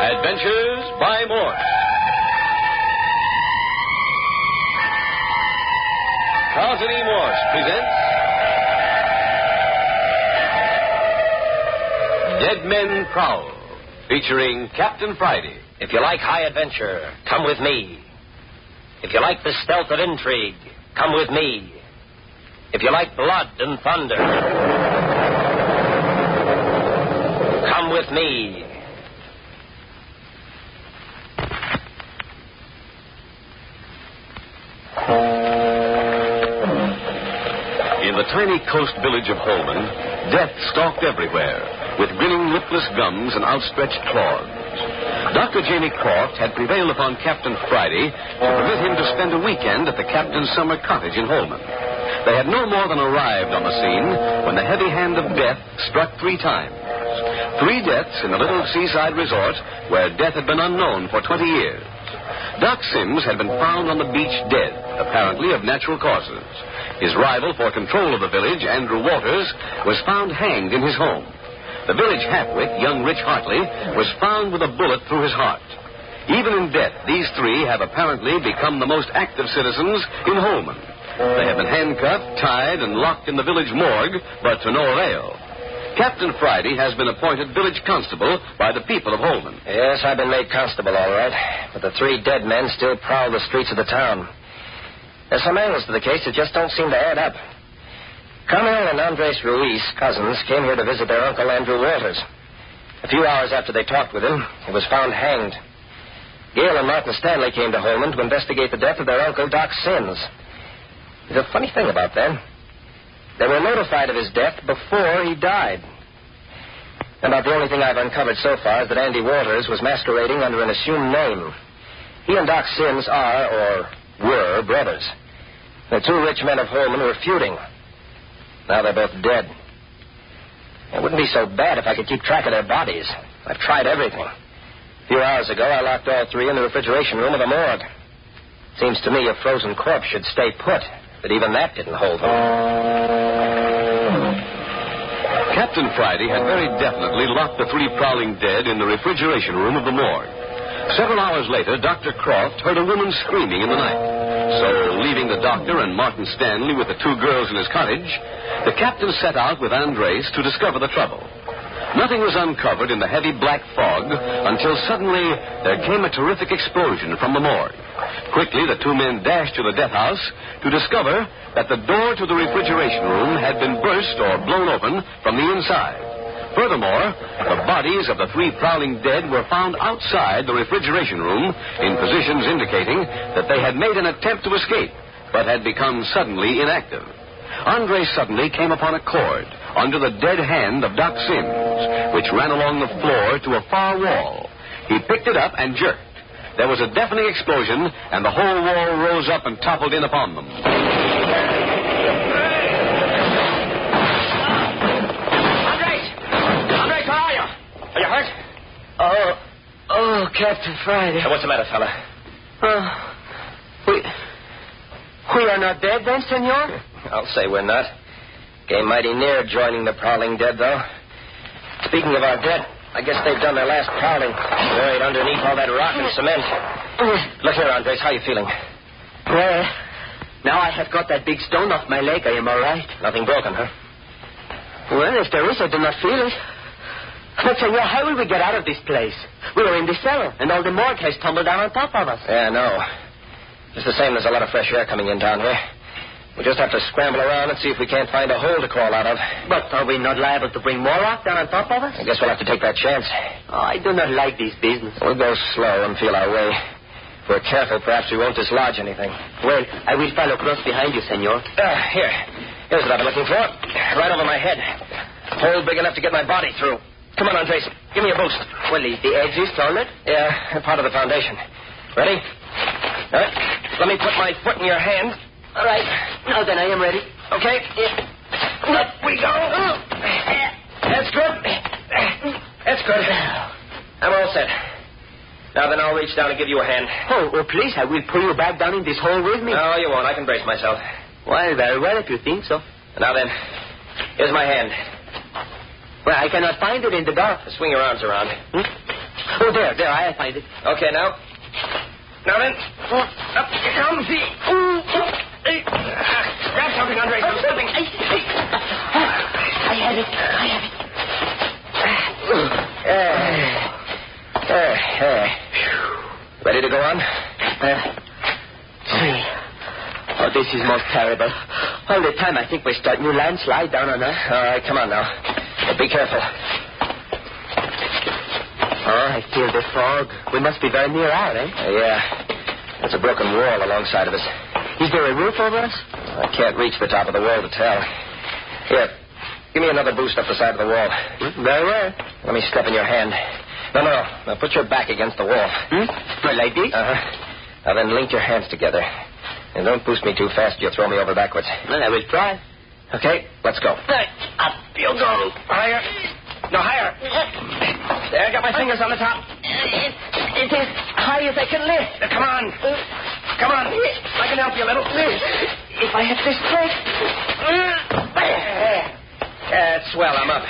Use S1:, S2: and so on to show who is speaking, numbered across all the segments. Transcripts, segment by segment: S1: Adventures by Morse. Carlton E. Morse presents Dead Men Prowl, featuring Captain Friday.
S2: If you like high adventure, come with me. If you like the stealth of intrigue, come with me. If you like blood and thunder, come with me.
S3: In the tiny coast village of Holman, death stalked everywhere, with grinning, lipless gums and outstretched claws. Dr. Jamie Croft had prevailed upon Captain Friday to permit him to spend a weekend at the captain's summer cottage in Holman. They had no more than arrived on the scene when the heavy hand of death struck three times. Three deaths in the little seaside resort where death had been unknown for 20 years. Doc Sims had been found on the beach dead, apparently of natural causes. His rival for control of the village, Andrew Walters, was found hanged in his home. The village halfwit, young Rich Hartley, was found with a bullet through his heart. Even in death, these three have apparently become the most active citizens in Holman. They have been handcuffed, tied, and locked in the village morgue, but to no avail. Captain Friday has been appointed village constable by the people of Holman.
S2: Yes, I've been made constable, all right. But the three dead men still prowl the streets of the town. There's some angles to the case that just don't seem to add up. Carmel and Andres Ruiz, cousins, came here to visit their uncle Andrew Walters. A few hours after they talked with him, he was found hanged. Gail and Martin Stanley came to Holman to investigate the death of their uncle, Doc Sims. There's a funny thing about them. They were notified of his death before he died. About the only thing I've uncovered so far is that Andy Walters was masquerading under an assumed name. He and Doc Sims are, or were, brothers. The two rich men of Holman were feuding. Now they're both dead. It wouldn't be so bad if I could keep track of their bodies. I've tried everything. A few hours ago, I locked all three in the refrigeration room of the morgue. Seems to me a frozen corpse should stay put, but even that didn't hold them.
S3: Captain Friday had very definitely locked the three prowling dead in the refrigeration room of the morgue. Several hours later, Dr. Croft heard a woman screaming in the night. So, leaving the doctor and Martin Stanley with the two girls in his cottage, the captain set out with Andres to discover the trouble. Nothing was uncovered in the heavy black fog until suddenly there came a terrific explosion from the morgue. Quickly, the two men dashed to the death house to discover that the door to the refrigeration room had been burst or blown open from the inside. Furthermore, the bodies of the three prowling dead were found outside the refrigeration room in positions indicating that they had made an attempt to escape, but had become suddenly inactive. Andre suddenly came upon a cord under the dead hand of Doc Sims, which ran along the floor to a far wall. He picked it up and jerked. There was a deafening explosion, and the whole wall rose up and toppled in upon them.
S2: Andres! Andres, how are you? Are you hurt?
S4: Oh, oh, Captain Friday.
S2: Hey, What's the matter, fella?
S4: Oh, we, we are not dead then, senor?
S2: I'll say we're not. Came mighty near joining the prowling dead, though. Speaking of our dead, I guess they've done their last prowling. Buried underneath all that rock and cement. Look here, Andres, how you feeling?
S4: Well, now I have got that big stone off my leg. I am all right.
S2: Nothing broken, huh?
S4: Well, if there is, I do not feel it. But, senor, how will we get out of this place? We are in the cellar, and all the morgue has tumbled down on top of us.
S2: Yeah, no. Just the same, there's a lot of fresh air coming in down here. We just have to scramble around and see if we can't find a hole to crawl out of.
S4: But are we not liable to bring more rock down on top of us?
S2: I guess we'll have to take that chance.
S4: Oh, I do not like this business.
S2: We'll go slow and feel our way. If we're careful, perhaps we won't dislodge anything.
S4: Well, I will follow close behind you, senor.
S2: Uh, here. Here's what I've been looking for. Right over my head. Hole big enough to get my body through. Come on, Andres. Give me a boost.
S4: Well, is the edges solid?
S2: Yeah, part of the foundation. Ready? All right. Let me put my foot in your hand.
S4: All right. Now then, I am ready. Mm.
S2: Okay. Up we go. That's good. That's good. I'm all set. Now then, I'll reach down and give you a hand.
S4: Oh, well, please, I will pull you back down in this hole with me.
S2: No, you won't. I can brace myself.
S4: Well, very well, if you think so.
S2: Now then, here's my hand.
S4: Well, I cannot find it in the dark.
S2: Swing your arms around.
S4: Hmm? Oh, there, there, I'll find it. Oh.
S2: Okay, now. Now then, up you come. See. Hey, ah, Grab something, Andre. Grab something.
S4: Oh, I have it. I have it.
S2: Uh, uh, uh. Ready to go on?
S4: Three. Oh, this is most terrible. All the time I think we're starting to landslide down on us.
S2: All right, come on now. But be careful.
S4: Oh, I feel the fog. We must be very near out, eh?
S2: Uh, yeah. There's a broken wall alongside of us.
S4: Is there a roof over us?
S2: I can't reach the top of the wall to tell. Here, give me another boost up the side of the wall.
S4: Mm, Very well.
S2: Let me step in your hand. No, no, no. Now put your back against the wall.
S4: Hmm? Well, like this?
S2: Uh huh. Now then, link your hands together. And don't boost me too fast. You'll throw me over backwards.
S4: Well, I will try.
S2: Okay, let's go.
S4: Up you go.
S2: Higher. No, higher. There, I got my fingers on the top.
S4: Uh, It is high as I can lift. Uh,
S2: Now, come on. Come on. I can help you a little.
S4: If I have this strength.
S2: That's well. I'm up.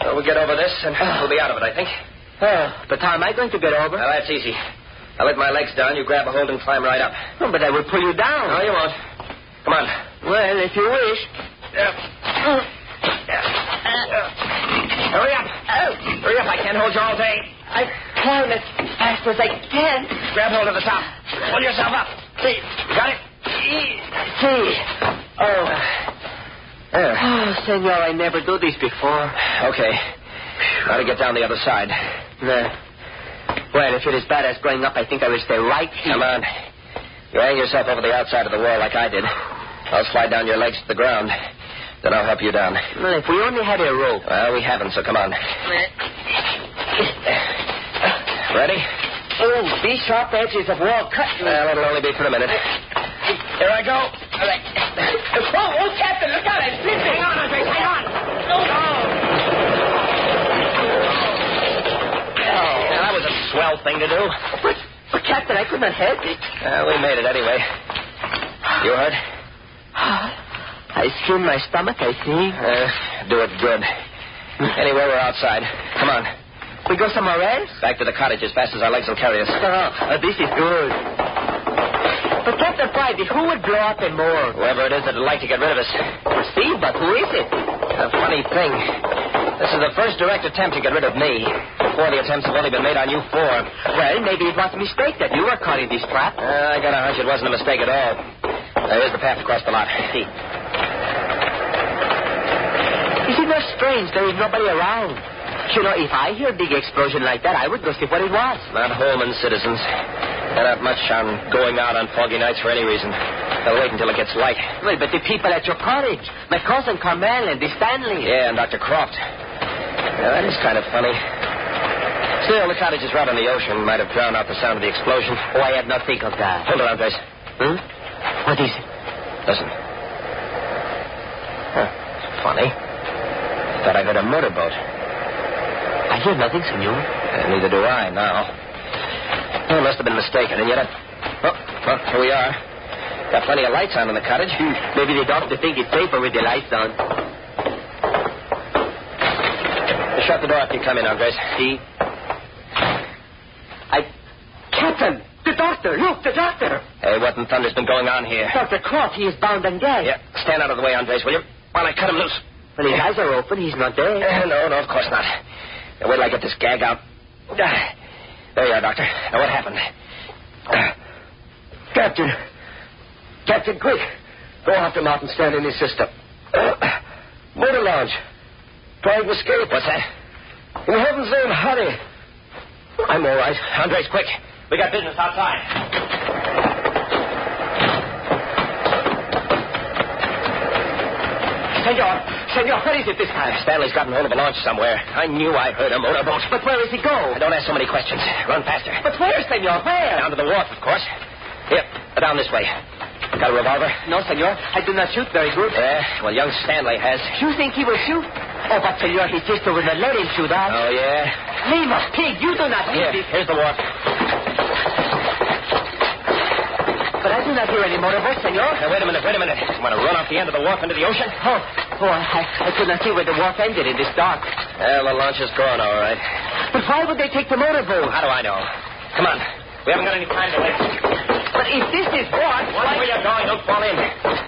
S2: So we'll get over this, and we'll be out of it, I think.
S4: Oh, but how am I going to get over?
S2: Now, that's easy. I'll let my legs down. You grab a hold and climb right up.
S4: Oh, but I will pull you down.
S2: No, you won't. Come on.
S4: Well, if you wish.
S2: Hurry up. Hurry up. I can't hold you all day.
S4: I climb as fast as I can.
S2: Grab hold of the top. Pull yourself up.
S4: See,
S2: Got it?
S4: see.
S2: Oh. There.
S4: Oh, senor, I never do this before.
S2: Okay. Now to get down the other side.
S4: No. Well, if it is bad as growing up, I think I will stay right here.
S2: Come on. You hang yourself over the outside of the wall like I did. I'll slide down your legs to the ground. Then I'll help you down.
S4: Well, if we only had a rope.
S2: Well, we haven't, so come on. Ready?
S4: Oh, these sharp edges of wall cut me.
S2: Well, it'll only be for a minute. Here I go.
S4: All right. Oh, oh, Captain, look out. I'm slipping. Hang on, Andre. Hang on.
S2: Oh. Now, that was a swell thing to do.
S4: But, but, Captain, I could not help it.
S2: Well, we made it anyway. You hurt?
S4: I skinned my stomach, I see.
S2: Uh, do it good. Anyway, we're outside. Come on.
S4: We go somewhere else?
S2: Back to the cottage as fast as our legs will carry us.
S4: Oh, uh, this is good. But, Captain Friday, who would blow up a morgue?
S2: Whoever it is that'd like to get rid of us.
S4: See, but who is it?
S2: A funny thing. This is the first direct attempt to get rid of me. Before the attempts have only been made on you four.
S4: Well, maybe it was a mistake that you were caught in this trap.
S2: Uh, I got a hunch it wasn't a mistake at all. Uh, here's the path across the lot.
S4: See. Is it not strange there is nobody around? You know, if I hear a big explosion like that, I would go see what it was.
S2: Not home and citizens. They're not much on going out on foggy nights for any reason. They'll wait until it gets light.
S4: Well, but the people at your cottage, my cousin Carmel and the Stanley.
S2: Yeah, and Dr. Croft. Yeah, that is kind of funny. Still, the cottage is right on the ocean. Might have drowned out the sound of the explosion.
S4: Oh, I had not think of that.
S2: Hold it, Andres.
S4: Hmm? What is it?
S2: Listen. Huh. it's Funny. Thought I heard a motorboat.
S4: I hear nothing, senor.
S2: Uh, neither do I now. I must have been mistaken, and yet I... Oh, well, here we are. Got plenty of lights on in the cottage.
S4: Hmm. Maybe the doctor think it's safer with the lights on.
S2: Shut the door after you come in, Andres.
S4: See? I... Captain! The doctor! Look, the doctor!
S2: Hey, what in thunder's been going on here?
S4: Dr. Croft, he is bound and gagged.
S2: Yeah, stand out of the way, Andres, will you? While I cut him loose.
S4: Well, his eyes are open. He's not
S2: Eh,
S4: there.
S2: no, no, of course not. Now, wait till I get this gag out. Ah, There you are, Doctor. Now, what happened? Ah,
S4: Captain. Captain, quick. Go after Martin. Stand in his system.
S2: Motor launch. Trying to escape. What's that? In heaven's name, hurry. I'm all right. Andres, quick. We got business outside.
S4: Senor, senor, what is it this time?
S2: Stanley's gotten hold of a launch somewhere. I knew I heard a motorboat.
S4: But where is he
S2: I
S4: go?
S2: don't ask so many questions. Run faster.
S4: But where, senor? Where?
S2: Down to the wharf, of course. Here, down this way. Got a revolver?
S4: No, senor. I do not shoot very good.
S2: Yeah, well, young Stanley has.
S4: You think he will shoot? Oh, but senor, his sister will not let him shoot us.
S2: Oh, yeah?
S4: Lima, pig, you do not
S2: Here,
S4: need this.
S2: here's the wharf.
S4: But I do not hear any motorboat, senor.
S2: Now, wait a minute, wait a minute. You want to run off the end of the wharf into the ocean?
S4: Oh, oh, I, I could not see where the wharf ended in this dark.
S2: Well, the launch is gone, all right.
S4: But why would they take the motorboat?
S2: How do I know? Come on. We haven't got any time to waste.
S4: But if this is what...
S2: Watch where you're going. Don't fall in.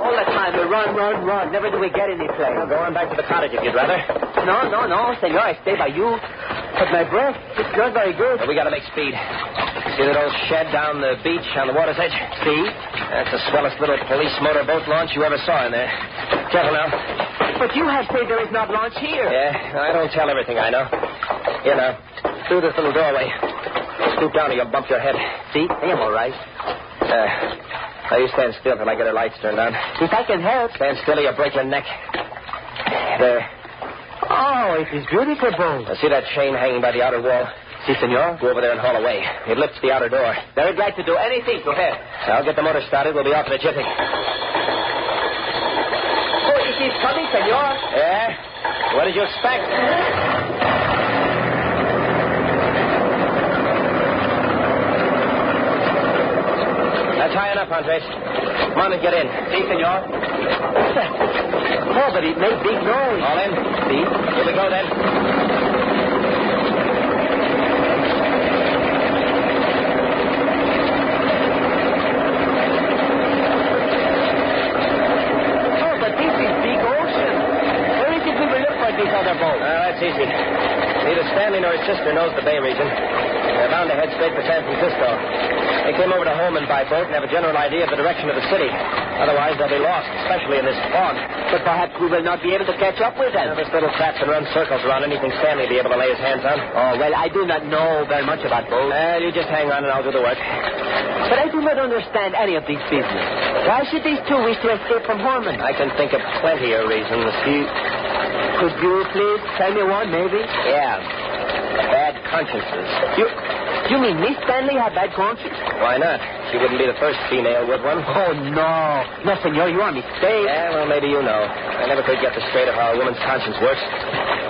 S4: All the time we run, run, run. Never do we get any place.
S2: Go on back to the cottage if you'd rather.
S4: No, no, no, senor. I stay by you. But my breath, it's not very good.
S2: But we gotta make speed. See that old shed down the beach on the water's edge?
S4: See?
S2: That's the swellest little police motorboat launch you ever saw in there. Careful now.
S4: But you have said there is not launch here.
S2: Yeah, I don't tell everything I know. You know, through this little doorway. Scoop down or you'll bump your head.
S4: See? I am all right.
S2: Uh, now you stand still till I get her lights turned on.
S4: If I can help.
S2: Stand still or you'll break your neck. There.
S4: Oh, it is beautiful, Bo.
S2: Now see that chain hanging by the outer wall?
S4: See, senor.
S2: Go over there and haul away. It lifts the outer door.
S4: Very glad to do anything to help.
S2: I'll get the motor started. We'll be off in a jiffy.
S4: Oh, it is coming, senor.
S2: Yeah? What did you expect? That's high enough, Andres. Come on and get in.
S4: See, senor. oh, but it made big noise.
S2: All in?
S4: See?
S2: Here we go, then.
S4: Oh, but this is big ocean. Where is it we will look for this other boat?
S2: Well, Ah, that's easy. Neither Stanley nor his sister knows the Bay region. They're bound to head straight for San Francisco. They came over to Holman by boat and have a general idea of the direction of the city. Otherwise, they'll be lost, especially in this fog.
S4: But perhaps we will not be able to catch up with
S2: Now,
S4: them.
S2: this little chap can run circles around anything Stanley be able to lay his hands on.
S4: Oh, well, I do not know very much about boats.
S2: Well, you just hang on and I'll do the work.
S4: But I do not understand any of this business. Why should these two wish to escape from Horman?
S2: I can think of plenty of reasons.
S4: Could you please tell me one, maybe?
S2: Yeah. Bad consciences.
S4: You, you mean Miss Stanley had bad conscience?
S2: Why not? She wouldn't be the first female, would one?
S4: Oh, no. No, senor, you are mistaken.
S2: Yeah, well, maybe you know. I never could get the straight of how a woman's conscience works.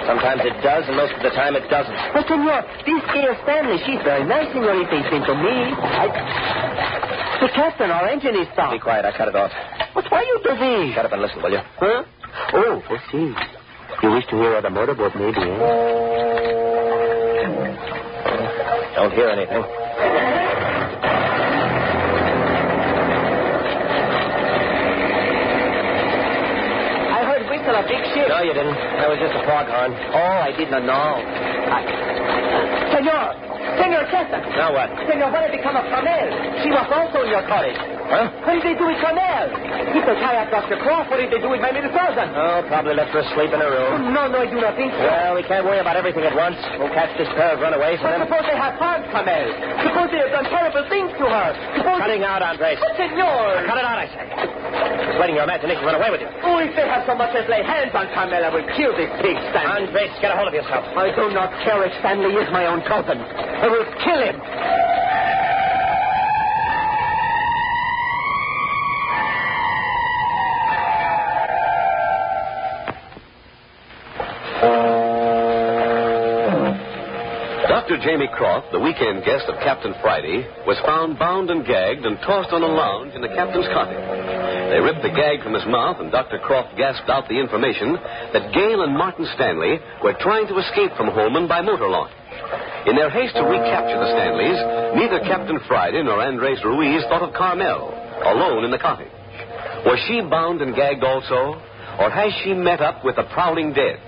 S2: Sometimes it does, and most of the time it doesn't.
S4: But, senor, this Gail Stanley, she's very nice, senorita, it seems to me. I... The captain, our engine is
S2: Be
S4: stopped.
S2: quiet. I cut it off.
S4: But why you do this?
S2: Shut up and listen, will you?
S4: Huh? Oh, I see. You wish to hear of the motorboat, maybe, eh?
S2: Don't hear anything.
S4: I heard whistle a big ship.
S2: No, you didn't. That was just a foghorn.
S4: Oh, I did not know. I... Senor! Senor Chester!
S2: Now what?
S4: Senor, what had become of Carmel? She was also in your college.
S2: Huh?
S4: What did they do with Carmel? He took high up Dr. Croft. What did they do with my little cousin?
S2: Oh, probably left her asleep in her
S4: Oh,
S2: room.
S4: no, no, I do not think so.
S2: Well, we can't worry about everything at once. We'll catch this pair of runaways
S4: But
S2: and then...
S4: suppose they have harmed Carmel. Suppose they have done terrible things to her. Suppose...
S2: Cutting out, Andres.
S4: But, senor...
S2: Cut it out, I say. Just letting your imagination run away with you.
S4: Oh, if they have so much as lay hands on Carmel, I will kill this pig, Stanley.
S2: Andres, get a hold of yourself.
S4: I do not care if Stanley is my own cousin. I will kill him.
S3: Dr. Jamie Croft, the weekend guest of Captain Friday, was found bound and gagged and tossed on a lounge in the captain's cottage. They ripped the gag from his mouth, and Dr. Croft gasped out the information that Gale and Martin Stanley were trying to escape from Holman by motor launch. In their haste to recapture the Stanleys, neither Captain Friday nor Andres Ruiz thought of Carmel, alone in the cottage. Was she bound and gagged also, or has she met up with the prowling dead?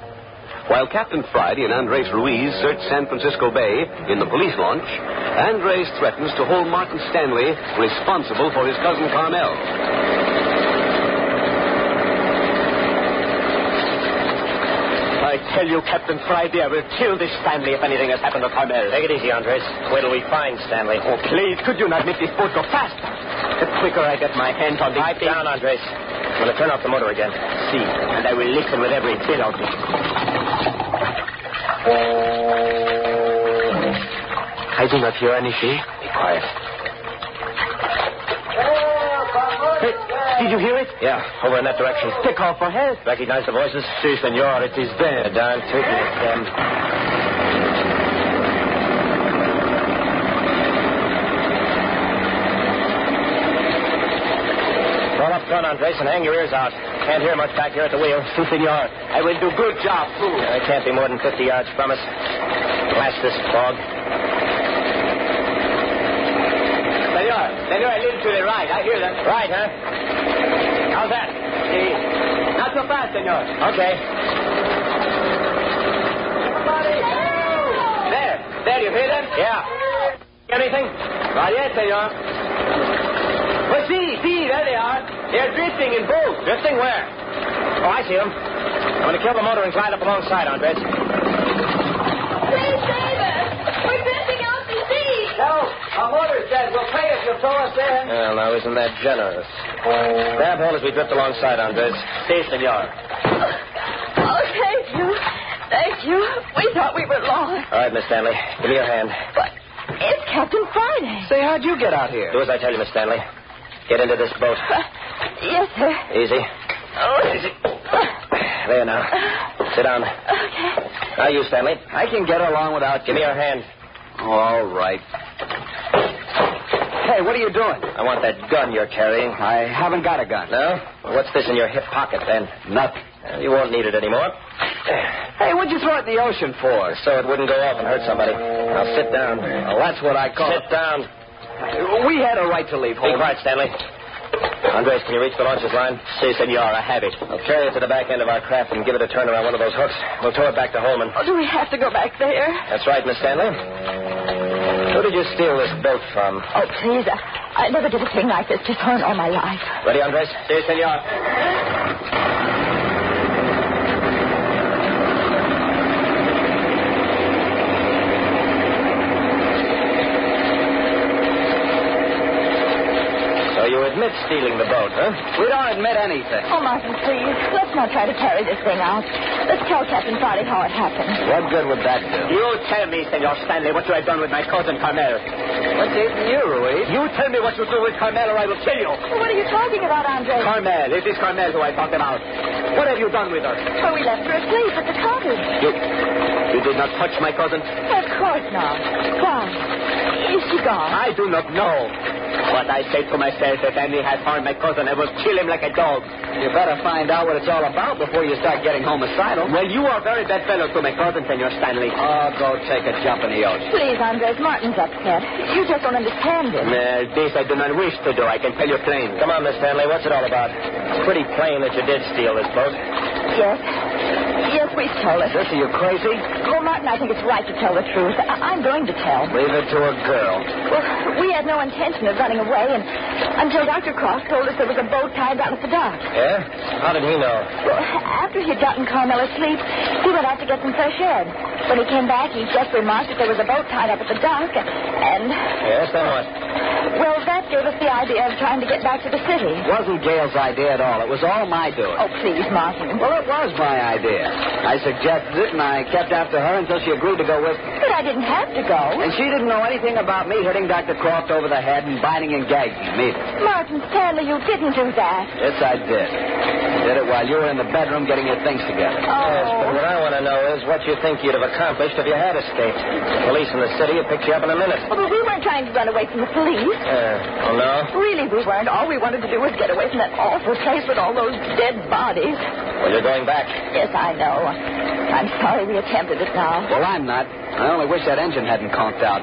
S3: While Captain Friday and Andres Ruiz search San Francisco Bay in the police launch, Andres threatens to hold Martin Stanley responsible for his cousin Carmel.
S2: I tell you, Captain Friday, I will kill this Stanley if anything has happened to Carmel. Take it easy, Andres. Wait till we find Stanley. Oh,
S4: Please, could you not make this boat go faster? The quicker I get my hands on this
S2: Pipe
S4: thing-
S2: down, Andres. I'm going to turn off the motor again.
S4: see, and I will listen with every bit of me. I do not hear anything.
S2: Be quiet.
S4: did you hear it?
S2: Yeah, over in that direction.
S4: They call for help.
S2: Recognize the voices? Si, senor. It is them. Darn tootin' it's them. Roll up front, Andres, and hang your ears out. Can't hear much back here at the wheel. Si, senor.
S4: I will do good job, too.
S2: I can't be more than 50 yards from us.
S3: Blast this fog.
S2: Senor, senor, a little to the right. I hear them.
S3: Right, huh?
S2: How's that? See? Not so fast, senor.
S3: Okay.
S2: There. There, you hear them?
S3: Yeah.
S2: Anything? Not yet, senor. Well, see, see, there they are. They're drifting in boats.
S3: Drifting where? Oh, I see them. I'm going to kill the motor and glide up alongside, Andres.
S5: Please save us. We're drifting out to sea.
S2: No, our motor's dead. We'll pay if you throw us in.
S3: Well, now, isn't that generous? Grab hold as we drift alongside, Andres.
S2: See, senor.
S5: Oh, thank you. Thank you. We thought we were lost.
S3: All right, Miss Stanley. Give me your hand.
S5: But it's Captain Friday.
S2: Say, how'd you get out here?
S3: Do as I tell you, Miss Stanley. Get into this boat.
S5: Uh, yes, sir.
S3: Easy.
S5: Oh.
S3: There now. Sit down.
S5: Okay.
S3: Now you, Stanley. I can get along without Give me your hand.
S6: All right.
S2: Hey, what are you doing?
S3: I want that gun you're carrying.
S2: I haven't got a gun.
S3: No? Well, what's this in your hip pocket, then?
S2: Nothing.
S3: Well, You won't need it anymore.
S2: Hey, what'd you throw it in the ocean for?
S3: So it wouldn't go off and hurt somebody. Now sit down.
S2: Well, that's what I call
S3: Sit down.
S2: it. We had a right to leave
S3: Be
S2: home.
S3: quiet, Stanley. Andres, can you reach the launcher's line? Si, senor, I have it. I'll carry it to the back end of our craft and give it a turn around one of those hooks. We'll tow it back to Holman.
S5: Oh, do we have to go back there?
S3: That's right, Miss Stanley. Who did you steal this boat from?
S5: Oh, please. I, I never did a thing like this before in all my life.
S3: Ready, Andres? Si, senor. So you admit stealing the boat, huh?
S2: We don't admit anything.
S5: Oh, Martin, please. Let's not try to carry this thing out. Let's tell Captain Friday how it happened.
S3: What good would that do?
S2: You tell me, Senor Stanley, what you have done with my cousin Carmel. What's even you, Ruiz? You tell me what you do with Carmel or I will kill you.
S5: What are you talking about, Andre?
S2: Carmel, it is Carmel who I talked about. What have you done with her?
S5: Well, we left her asleep at the cottage.
S2: You, you did not touch my cousin?
S5: Of course not. Why? Is she gone?
S2: I do not know. What I say to myself, if any has harmed my cousin, I will kill him like a dog. You better find out what it's all about before you start getting homicidal. Well, you are very bad fellow to my cousin, Senor Stanley. Oh, go take a jump in the ocean.
S5: Please, Andres, Martin's upset. You just don't understand him.
S2: Uh, this I do not wish to do. I can tell you plainly.
S3: Come on, Miss Stanley. What's it all about? It's pretty plain that you did steal this boat.
S5: Yes. Yes, we stole it.
S3: This, are you crazy?
S5: Oh, Martin, I think it's right to tell the truth. I- I'm going to tell.
S3: Leave it to a girl.
S5: Well, we had no intention of running away and until Dr. Cross told us there was a boat tied out at the dock.
S3: Yeah? How did he know?
S5: Well, after he'd gotten Carmel asleep, he went out to get some fresh air. When he came back, he just remarked that there was a boat tied up at the dock, and,
S3: Yes, then what?
S5: well, that gave us the idea of trying to get back to the city.
S2: It wasn't Gail's idea at all. It was all my doing.
S5: Oh, please, Martin.
S2: Well, it was my idea. I suggested it, and I kept after her until she agreed to go with me.
S5: But I didn't have to go.
S2: And she didn't know anything about me hitting Dr. Croft over the head and binding and gagging him either.
S5: Martin, Stanley, you didn't do that.
S2: Yes, I did. Did it while you were in the bedroom getting your things together.
S3: Yes, but
S5: Oh.
S3: what I want to know is what you think you'd have accomplished if you had escaped. The police in the city will pick you up in a minute.
S5: Well, but we weren't trying to run away from the police.
S3: Uh, oh, no?
S5: Really, we weren't. All we wanted to do was get away from that awful place with all those dead bodies.
S3: Well, you're going back.
S5: Yes, I know. I'm sorry we attempted it now.
S2: Well, I'm not. I only wish that engine hadn't conked out.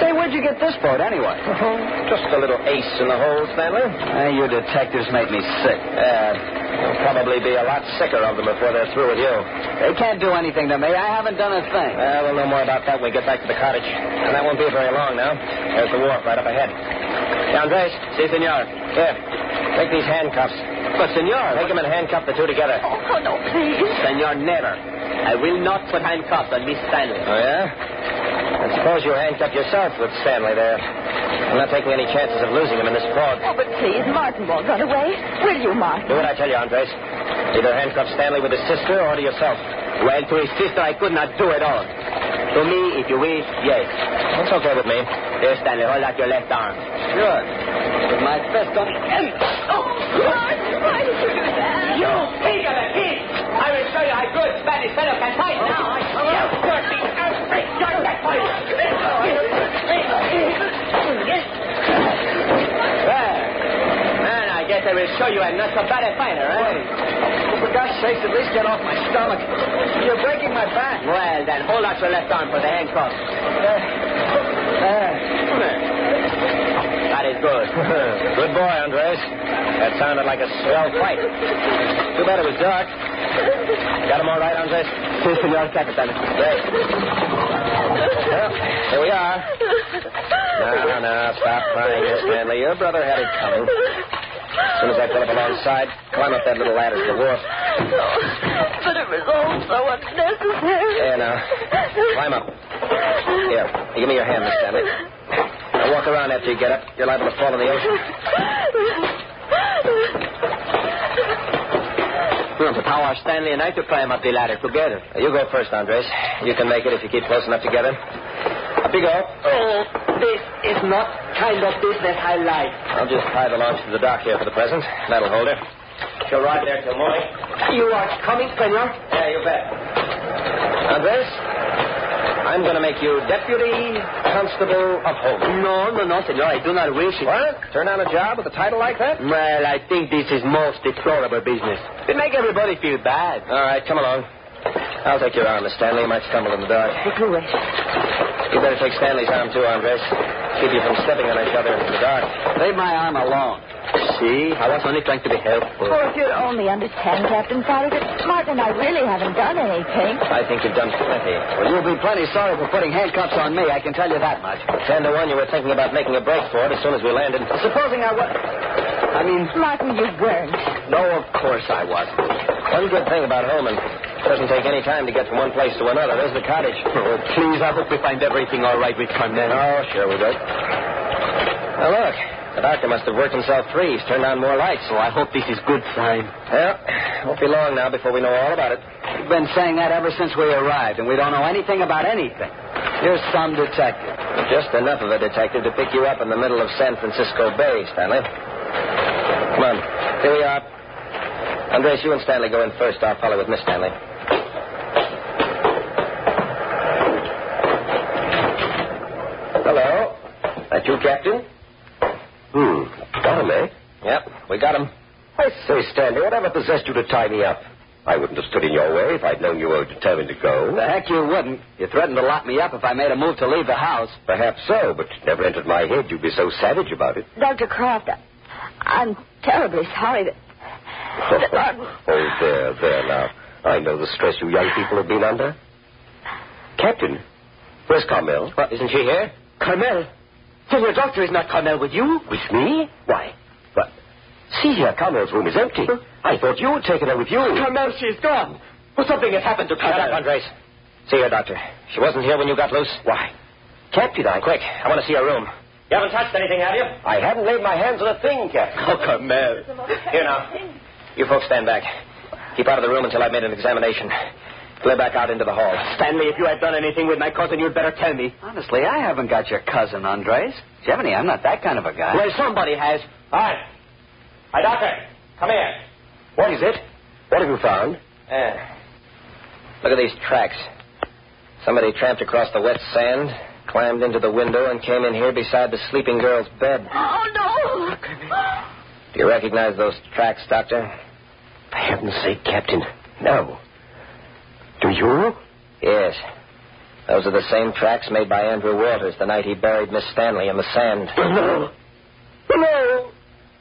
S2: Say, where'd you get this boat anyway?
S3: Uh-huh. Just a little ace in the hole, Stanley.
S2: Hey, you detectives make me sick.
S3: Uh, you'll probably be a lot sicker of them before they're through with you.
S2: They can't do anything to me. I haven't done a thing.
S3: Well, we'll know more about that when we get back to the cottage. And that won't be very long now. There's the wharf right up ahead. Andres. Si, senor. Here. Take these handcuffs.
S2: But, senor.
S3: Take them and handcuff the two together.
S5: Oh, oh, no, please.
S2: Senor, never. I will not put handcuffs on Miss Stanley.
S3: Oh, yeah? I suppose you handcuffed yourself with Stanley there. I'm not taking any chances of losing him in this fog.
S5: Oh, but please, Martin won't run away. Will you, Martin?
S3: Do what I tell you, Andres. Either handcuff Stanley with his sister or to yourself.
S2: Well, to his sister, I could not do it all. To me, if you wish, yes.
S3: That's okay with me.
S2: Yes, Stanley, hold out your left arm. Sure. With my fist on the end.
S5: Oh, Martin, why did you do that?
S2: You pig of a pig! I will show you how good Spanish fellow can fight
S3: Oh,
S2: now. You dirty, outfit, you're that boy. There. Man, I guess I will show you I'm not so bad a fighter, eh? For gosh sakes, at least get off my stomach. You're breaking my back. Uh, Well,
S4: and then hold out your left arm for the hand cross.
S2: uh.
S4: That is good.
S2: Good boy, Andres. That sounded like a swell fight. Too bad it was dark. Got him all right, Andres?
S4: Sí, senor Capitan.
S2: Great. Well, here we are. No, no, no. Stop crying, Miss Stanley. Your brother had it coming. As soon as I put up alongside, climb up that little ladder to the wharf.
S7: But it was all so unnecessary.
S2: There now. Climb up. Here. Give me your hand, Miss Stanley. Now walk around after you get up. You're liable to fall in the ocean.
S4: But how are Stanley and I to climb up the ladder together?
S2: Now, You go first, Andres. You can make it if you keep close enough together. Up you go.
S4: Oh, this is not kind of business I like.
S2: I'll just tie the launch to the dock here for the present. That'll hold her. She'll ride there till morning.
S4: You are coming, senor?
S2: Yeah, you bet. Andres, I'm going to make you deputy constable of Holden.
S4: No, no, no, senor. I do not wish it.
S2: What? Turn down a job with a title like that?
S4: Well, I think this is most deplorable business. They make everybody feel bad.
S2: All right, come along. I'll take your arm, Miss Stanley. You might stumble in the dark.
S5: If you wish.
S2: You better take Stanley's arm, too, Andres. Keep you from stepping on each other in the dark.
S4: Leave my arm alone. See, I was only trying to be helpful.
S5: Oh, if you'd only understand, Captain Fowler, that Martin and I really haven't done anything.
S2: I think you've done plenty.
S4: Well, you'll be plenty sorry for putting handcuffs on me, I can tell you that much.
S2: Ten to one, you were thinking about making a break for it as soon as we landed.
S4: Supposing I was. I mean,
S5: Martin, you weren't.
S4: no, of course I wasn't.
S2: One good thing about Holman, it doesn't take any time to get from one place to another. There's the cottage.
S4: Oh, please, I hope we find everything all right with Carmel.
S2: Oh, sure we do. Now, look, the doctor must have worked himself free. He's turned on more lights.
S4: So Oh, I hope this is good sign.
S2: Well, won't be long now before we know all about it.
S4: We've been saying that ever since we arrived, and we don't know anything about anything. You're some detective.
S2: Just enough of a detective to pick you up in the middle of San Francisco Bay, Stanley. Come on. Here we are. Andres, you and Stanley go in first. I'll follow with Miss Stanley. Hello. That you, Captain?
S3: Hmm. Got him, eh?
S2: Yep, we got him.
S3: I say, Stanley, whatever possessed you to tie me up? I wouldn't have stood in your way if I'd known you were determined to go.
S4: The heck you wouldn't. You threatened to lock me up if I made a move to leave the house.
S3: Perhaps so, but it never entered my head you'd be so savage about it.
S5: Dr. Croft, I- I'm terribly sorry that. that Martin.
S3: oh, there, there now. I know the stress you young people have been under. Captain, where's Carmel?
S2: Well, isn't she here?
S4: Carmel? Then your doctor is not Carmel with you?
S3: With me? Why? But see here, Carmel's room is empty. I thought you had taken her with you.
S4: Carmel, she's gone. Well, something has happened to
S2: Shut up, Andres. See her, Doctor. She wasn't here when you got loose. Why? Captain, I. Quick, I want to see her room. You haven't touched anything, have you?
S3: I haven't laid my hands on a thing, Captain.
S4: Oh, Carmel.
S2: Here now. You folks stand back. Keep out of the room until I've made an examination. Clear back out into the hall.
S4: Stanley, if you have done anything with my cousin, you'd better tell me. Honestly, I haven't got your cousin, Andres. Jevony, I'm not that kind of a guy. Well, somebody has.
S2: Hi. Hi, Doctor. Come here. Uh,
S3: What is it? What have you found?
S2: look at these tracks. Somebody tramped across the wet sand, climbed into the window, and came in here beside the sleeping girl's bed.
S7: Oh, no.
S2: Do you recognize those tracks, Doctor?
S3: For heaven's sake, Captain. No. Do you?
S2: Yes. Those are the same tracks made by Andrew Walters the night he buried Miss Stanley in the sand.
S4: No. No.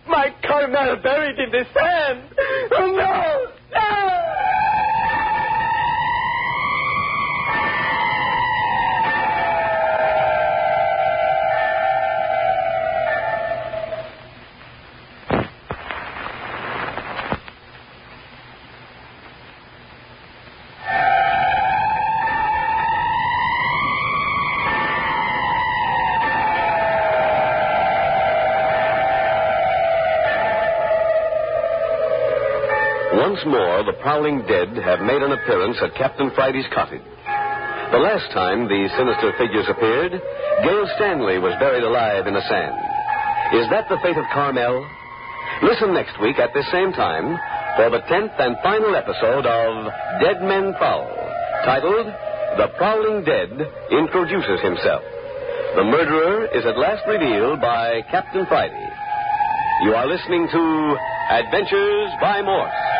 S4: My Carmel buried in the sand. Oh, no.
S3: Once more, the prowling dead have made an appearance at Captain Friday's cottage. The last time the sinister figures appeared, Gail Stanley was buried alive in the sand. Is that the fate of Carmel? Listen next week at this same time for the tenth and final episode of Dead Men Prowl, titled The Prowling Dead Introduces Himself. The murderer is at last revealed by Captain Friday. You are listening to Adventures by Morse.